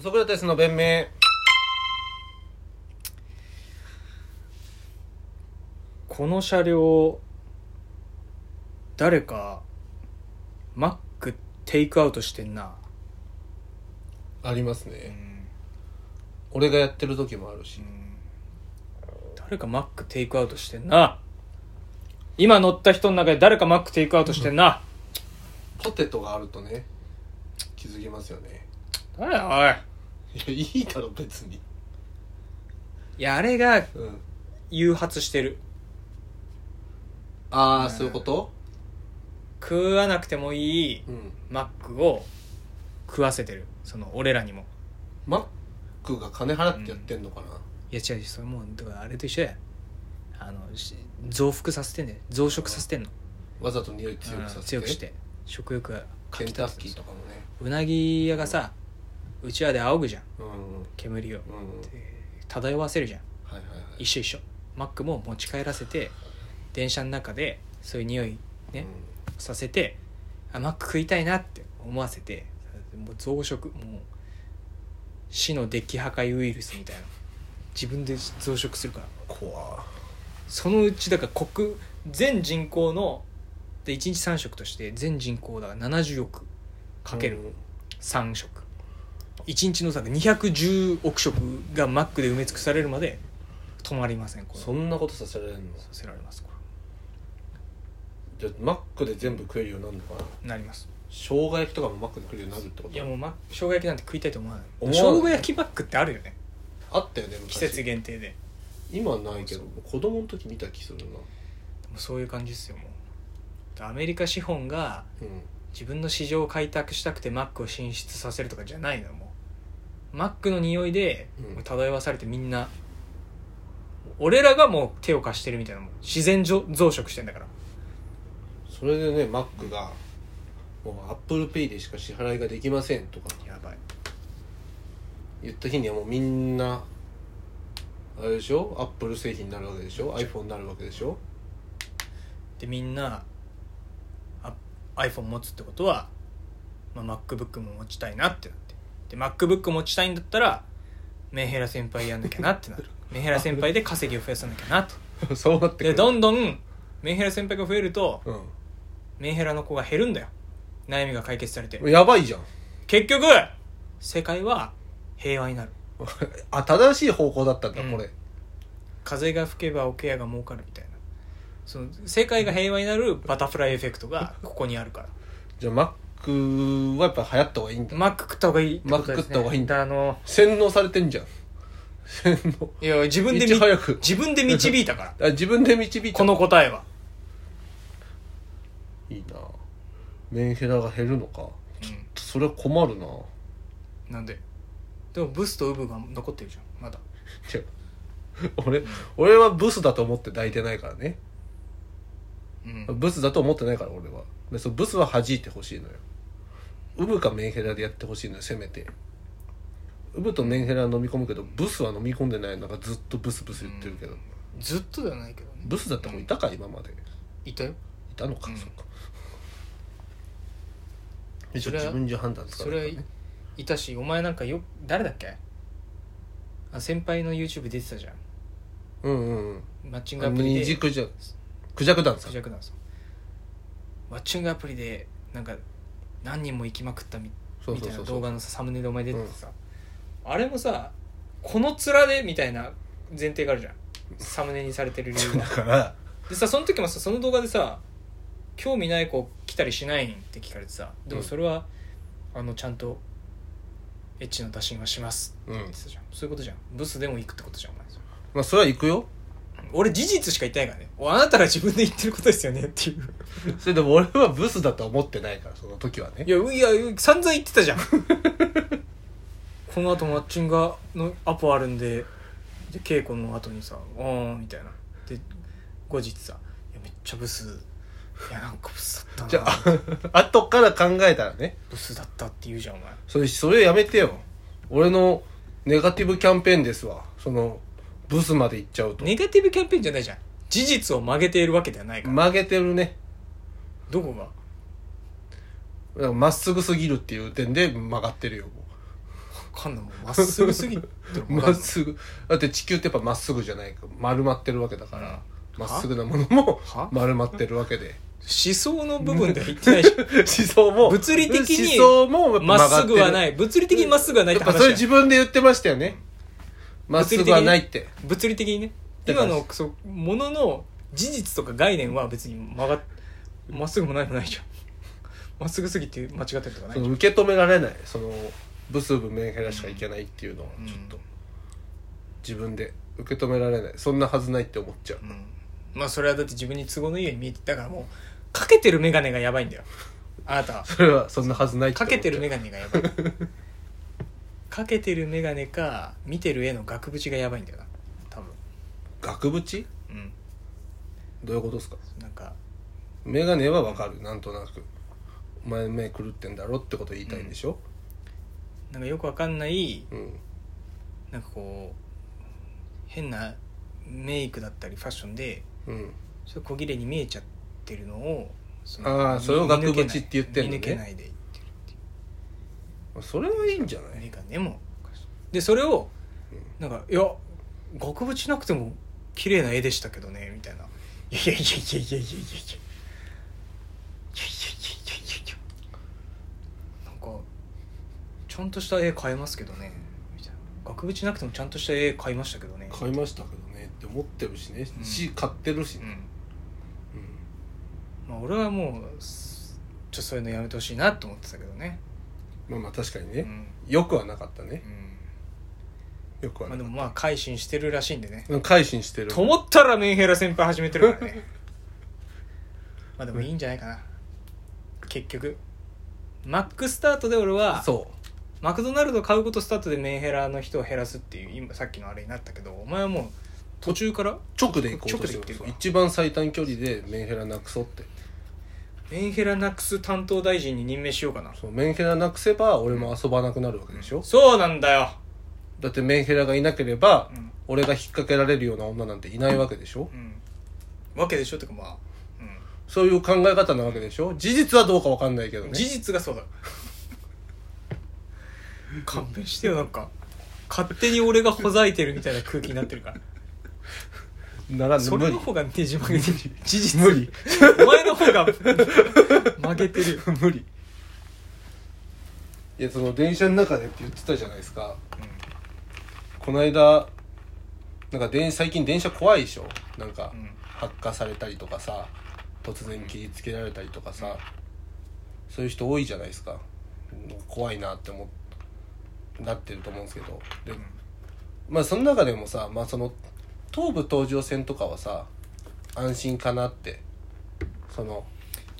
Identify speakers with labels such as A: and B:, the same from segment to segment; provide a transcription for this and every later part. A: ソクラテスの弁明
B: この車両誰かマックテイクアウトしてんな、
A: あります
B: う
A: ね
B: ん
A: 俺がやってる時もあるし
B: 誰かマックテイクアウトしてんな今乗った人の中で誰かマックテイクアウトしてんな、
A: ポテトがあるとね気づきますよね
B: 誰だおい
A: いやいいだろ別に
B: いやあれが
A: うん
B: 誘発してる
A: ああそういうこと
B: 食わなくてもいい
A: うん
B: マックを食わせてるその俺らにも
A: マックが金払ってやってんのかな、
B: いや違う違うそれもうだからあれと一緒やあのし増幅させてんね増殖させてんの
A: わざと匂い強くさせて
B: 強くして食欲が
A: ケ
B: かき
A: ン
B: 立て
A: タ
B: て
A: ッキーとかもね
B: うなぎ屋がさうちわで仰ぐじゃん
A: うんうん
B: 煙を
A: うんうん
B: 漂わせるじゃん
A: はいはいはい
B: 一緒一緒マックも持ち帰らせて電車の中でそういう匂いねさせてあマック食いたいなって思わせてもう増殖もう死のデッキ破壊ウイルスみたいな自分で増殖するから
A: うん、怖っ
B: そのうちだから国全人口ので1日3食として全人口だから70億かける
A: うん
B: 3食、1日のさ210億食がマックで埋め尽くされるまで止まりませんこれ
A: そんなことさせられるの
B: させられますこ
A: じゃあマックで全部食えるようになるのかな
B: れなります
A: 生姜焼きとかもマックで食えるようになるってこと
B: いやもう、ま、生姜焼きなんて食いたいと思わない
A: 思わ
B: 生
A: ない
B: 姜焼きマックってあるよね
A: あったよね昔
B: 季節限定でで
A: 今はないけど子供の時見た気するな
B: もそういう感じですよもうアメリカ資本が
A: うん
B: 自分の市場を開拓したくてマックを進出させるとかじゃないのよもうマックの匂いで
A: うん
B: もう漂わされてみんな、俺らがもう手を貸してるみたいなもん自然増増殖してんだから
A: それでねマックが「もうアップルペイでしか支払いができません」とか
B: やばい
A: 言った日にはもうみんなあれでしょアップル製品になるわけでしょ iPhone になるわけでしょ
B: でみんなあ iPhone 持つってことは、まあ、MacBook も持ちたいなってなってで MacBook 持ちたいんだったらメンヘラ先輩やんなきゃなっ てなるメンヘラ先輩で稼ぎを増やさなきゃなと
A: そうなってく
B: で
A: る
B: どんどんメンヘラ先輩が増えると
A: う
B: メンヘラの子が減るんだよ悩みが解決されて
A: んやばいじゃん
B: 結局世界は平和になる
A: あ正しい方向だったんだ、
B: うん
A: これ
B: 風が吹けば桶屋が儲かるみたいなその世界が平和になるバタフライエフェクトがここにあるから
A: じゃあマックはやっぱ流行った方がいい んだ
B: マック食った方がいいってことです、ね、
A: マック食った方がいいんだ
B: あの
A: 洗脳されてんじゃん洗脳
B: いや自分で
A: いち
B: み
A: 早く
B: 自分で導い たから
A: あ自分で導いちゃう
B: この答えは、
A: いいなメンヘラが減るのか
B: う、
A: それは困るなん
B: なんででもブスとウブが残ってるじゃんまだ
A: いや俺俺はブスだと思って抱いてないからね
B: うん
A: ブスだと思ってないから俺はでそのブスは弾いてほしいのよウブかメンヘラでやってほしいのよせめてウブとメンヘラは飲み込むけどブスは飲み込んでないのがずっとブスブス言ってるけど、
B: ずっとではないけどね
A: ブスだった子いたか今までい
B: いたよ
A: たのか、
B: うん
A: そっか一
B: そ
A: 応
B: れは
A: 自分じゃ判断つか
B: そ
A: ない
B: れ
A: か
B: は
A: ら
B: い
A: ね
B: いたしお前なんかよ誰だっけあ先輩の YouTube 出てたじゃん
A: うんうんうん
B: マッチング
A: あ
B: ア
A: の
B: プリ
A: 二
B: で
A: 次クジャククジャクダンさ
B: ク
A: ん
B: ジャクなんですよマッチングアプリでなんか何人も行きまくったみ
A: そうそう
B: みたい
A: そ
B: な
A: うそ
B: 動
A: う
B: 画のさサムネでお前出ててさ、あれもさこの面でみたいな前提があるじゃんサムネにされてる理由
A: だ
B: が
A: から
B: でさその時もさその動画でさ「興味ない子来たりしないん?」って聞かれてさでもそれは、あのちゃんとエッチの打診はします
A: う
B: っ
A: ん
B: て言ってたじゃんそういうことじゃんブスでも行くってことじゃんお前
A: まあそれは行くよ
B: 俺事実しか言ってないからねおあなたが自分で言ってることですよねっていう
A: それでも俺はブスだとは思ってないからその時はね
B: いや、ういや、散々言ってたじゃん。この後マッチングのアポあるんで、で稽古の後にさ、おーんみたいな。で、後日さ、いや、めっちゃブス。いや、なんかブスだった
A: じゃ
B: な。
A: あ あ後から考えたらね
B: ブスだったって言うじゃん、お前。
A: それそれやめてよ俺のネガティブキャンペーンですわそのブスまで行っちゃうと
B: ネガティブキャンペーンじゃないじゃん。事実を曲げているわけではないから。
A: 曲げてるね
B: どこが
A: だからまっすぐすぎるっていう点で曲がってるよもう
B: かんないまっすぐすぎても
A: ま
B: わかん
A: っ
B: ない
A: すぐだって地球ってやっぱまっすぐじゃないか丸まってるわけだから
B: うん
A: ま、っすぐなものも
B: は
A: 丸まってるわけで
B: 思想の部分では言ってないでし
A: 思想も
B: 物理的に
A: 思想 もやっ
B: ょ
A: ぱ
B: ま
A: 曲
B: っ
A: がって
B: すぐはないい物理的にまっすぐはないっ
A: や
B: て
A: っぱそれ
B: 話
A: 自
B: や
A: 分で言ってましたよねまっすぐはないって
B: 物理的にね
A: だから
B: 今のそうものの事実とか概念は別に曲がっまっすぐもないもないじゃん まっすぐすぎて間違ってるとかない
A: そ
B: じゃん
A: の受け止められないそのブスブメンヘラしかいけないっていうのは
B: うん
A: ちょっと自分で受け止められないそんなはずないって思っちゃう
B: うんまあそれはだって自分に都合のいいように見えてだからもうかけてる眼鏡がやばいんだよあなた は
A: それはそんなはずないっ思
B: か
A: っちゃう
B: けてる眼鏡がやばい かけてる眼鏡か見てる絵の額縁がやばいんだよな多分
A: 額縁
B: うん
A: どういうことですか
B: なんか
A: 眼鏡はわかるなんとなくお前目狂ってんだろってこと言いたいんでしょ、
B: なんかよくわかんない
A: うん
B: なんかこう変なメイクだったりファッションで
A: うん
B: ちょっと小切れに見えちゃってるのをそ
A: あーそれを額縁って言ってんのね
B: 見抜けないで言ってる
A: それはいいんじゃない、
B: 眼鏡もでそれをなんか「いや額縁なくても綺麗な絵でしたけどね」みたいな「いやいやいやいやいやいやいやいやいやいやいやいやいやいやなんかちゃんとした絵買えますけどね」みたいな「額縁なくてもちゃんとした絵買いましたけどね」
A: 買いましたけどねって思ってるしね、
B: うん
A: し買ってるし
B: う
A: ね、
B: ん
A: うん
B: まあ、俺はもうすちょっとそういうのやめてほしいなと思ってたけどね
A: まあまあ確かに
B: う
A: ね、
B: ん、
A: よくはなかったね
B: うん
A: よくは
B: ま
A: な
B: あ、で
A: かっ
B: もまあ改心してるらしいんでね
A: た、改心してる
B: と思ったらメンヘラ先輩始めてるからねまあでもいいんじゃないかな結局マックスタートで俺は
A: そ
B: マクドナルド買うことスタートでメンヘラの人を減らすっていう今さっきのあれになったけどお前はもう途中から
A: う直で行こうとして
B: 直で行ってる
A: る
B: わ
A: 一番最短距離でメンヘラなくそうって
B: メンヘラなくす担当大臣に任命しようかな
A: そうメンヘラなくせば俺も遊ばなくなるわけでしょ、
B: そうなんだよ
A: だってメンヘラがいなければ、
B: うん
A: 俺が引っ掛けられるような女なんていないわけでしょ、
B: うんわけでしょってかまあ、うん
A: そういう考え方なわけでしょ事実はどうかわかんないけどね
B: 事実がそうだ 勘弁してよなんか勝手に俺がほざいてるみたいな空気になってるから
A: なら
B: そ
A: 無
B: れの
A: 理
B: 方がねじ曲げてる事実
A: 無理
B: お前の方が曲げ てるよ
A: 無理いやその電車の中でって言ってたじゃないですかこの間なんか電最近電車怖いでしょなんか、
B: うん
A: 発火されたりとかさ突然切りつけられたりとかさ、そういう人多いじゃないですか怖いなって思っなってると思うんですけどで、まあその中でもさ、まあ、その東武東上線とかはさ安心かなってその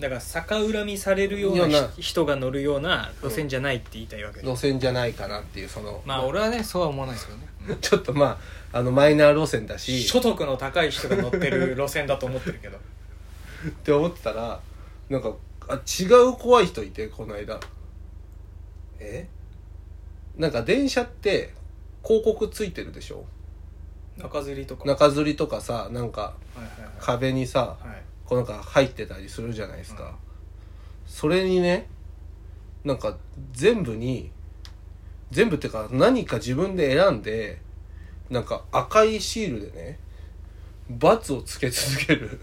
B: だから逆恨みされるよう
A: よう
B: な
A: な
B: ひ人が乗るような路線じゃないって言いたいわけで
A: 路線じゃないかなっていうその
B: まあ俺はねそうは思わないですけど ね
A: ちょっとまああのマイナー路線だし
B: 所得の高い人が乗ってる路線だと思ってるけど
A: って思ってたらなんかあ違う怖い人いてこの間
B: え
A: なんか電車って広告ついてるでしょ
B: 中吊りとか
A: 中吊りとかさなんか
B: はいはいはい
A: 壁にさ
B: はい
A: こうなんか入ってたりするじゃないですか、
B: うん
A: それにねなんか全部に全部っていうか何か自分で選んでなんか赤いシールでね罰をつけ続ける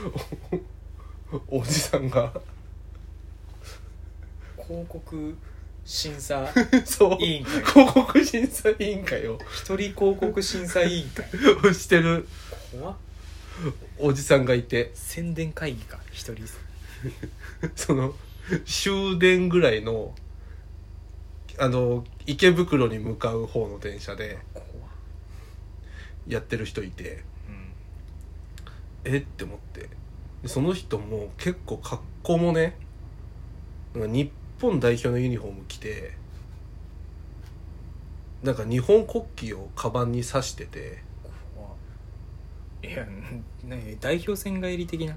A: おおじさんが
B: 広告審査
A: そう
B: 委員会
A: 広告審査委員会を
B: 一人広告審査委員会
A: してる
B: 怖っ
A: おじさんがいて
B: 宣伝会議か一人
A: その終電ぐらいのあの池袋に向かう方の電車で
B: 怖
A: やってる人いて
B: うん
A: えって思ってでその人も結構格好もねなんか日本代表のユニフォーム着てなんか日本国旗をカバンに刺してて
B: 怖いやなに代表選外入り的な、
A: い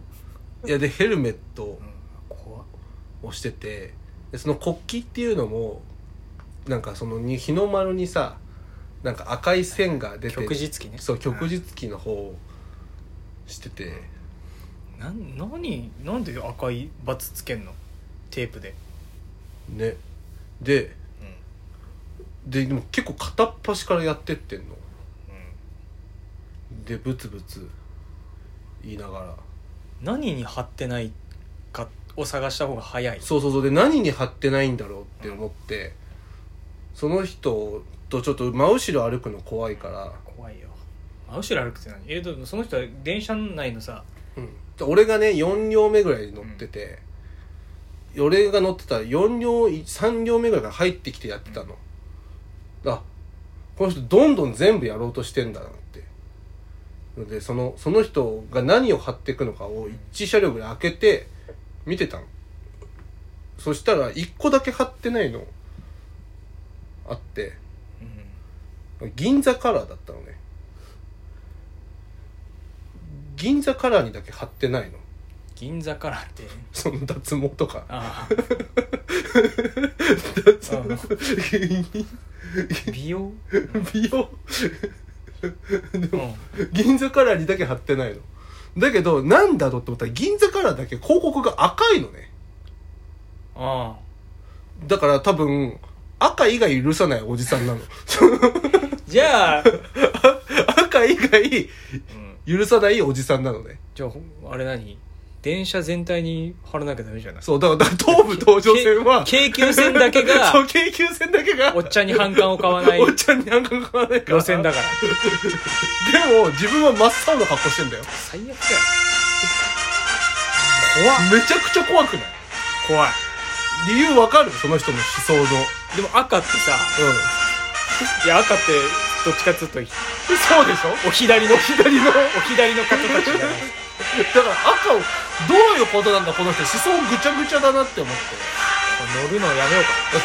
A: やでヘルメット
B: うん、怖っ
A: をしててでその国旗っていうのもなんかそのに日の丸にさなんか赤い線が出て
B: 旭日記ね
A: そう旭日記の方をしてて
B: なん何なんで赤いバツつけんのテープで
A: ねで
B: うん
A: ででも結構片っ端からやってってんの
B: うん
A: でブツブツ言いながら
B: 何に貼ってないかを探した方が早い
A: そうそうそうで何に貼ってないんだろうって思って、その人とちょっと真後ろ歩くの怖いから、
B: 怖いよ真後ろ歩くって何えでもその人は電車内のさ
A: うん、俺がね4両目ぐらいに乗ってて、俺が乗ってたら4両3両目ぐらいから入ってきてやってたの、あこの人どんどん全部やろうとしてんだなってのでそのその人が何を貼っていくのかを1車両ぐらい開けて見てたのそしたら1個だけ貼ってないのあって
B: うん
A: 銀座カラーだったのね銀座カラーにだけ貼ってないの
B: 銀座からって
A: その脱毛とか
B: ああ
A: 脱
B: ああ美 容
A: 美容
B: うん
A: 銀座カラーにだけ貼ってないのだけどなんだろうって思ったら銀座カラーだけ広告が赤いのね
B: あ
A: だから多分赤以外許さないおじさんなの
B: あじゃあ、う
A: 赤以外
B: ん、
A: 許さないおじさんなのね
B: じゃあほあれ何電車全体に貼らなきゃダメじゃない
A: そうだからだから東武東上線は
B: 京急線だけが
A: そう京急線だけが
B: おっちゃんに反感を買わない
A: おっちゃんになんか買わないから
B: 路線だから
A: でも自分は真っ青な格好してんだよ
B: 最悪だよ怖っ
A: めちゃくちゃ怖くない
B: 怖い
A: 理由わかるその人の思想のうん
B: でも赤ってさいや赤ってどっちかっつうと
A: そうでしょ
B: お左 のお
A: 左のだから
B: 左の方たちじゃない
A: 赤をどういうことなんだこの人思想ぐちゃぐちゃだなって思って
B: 乗るのやめようか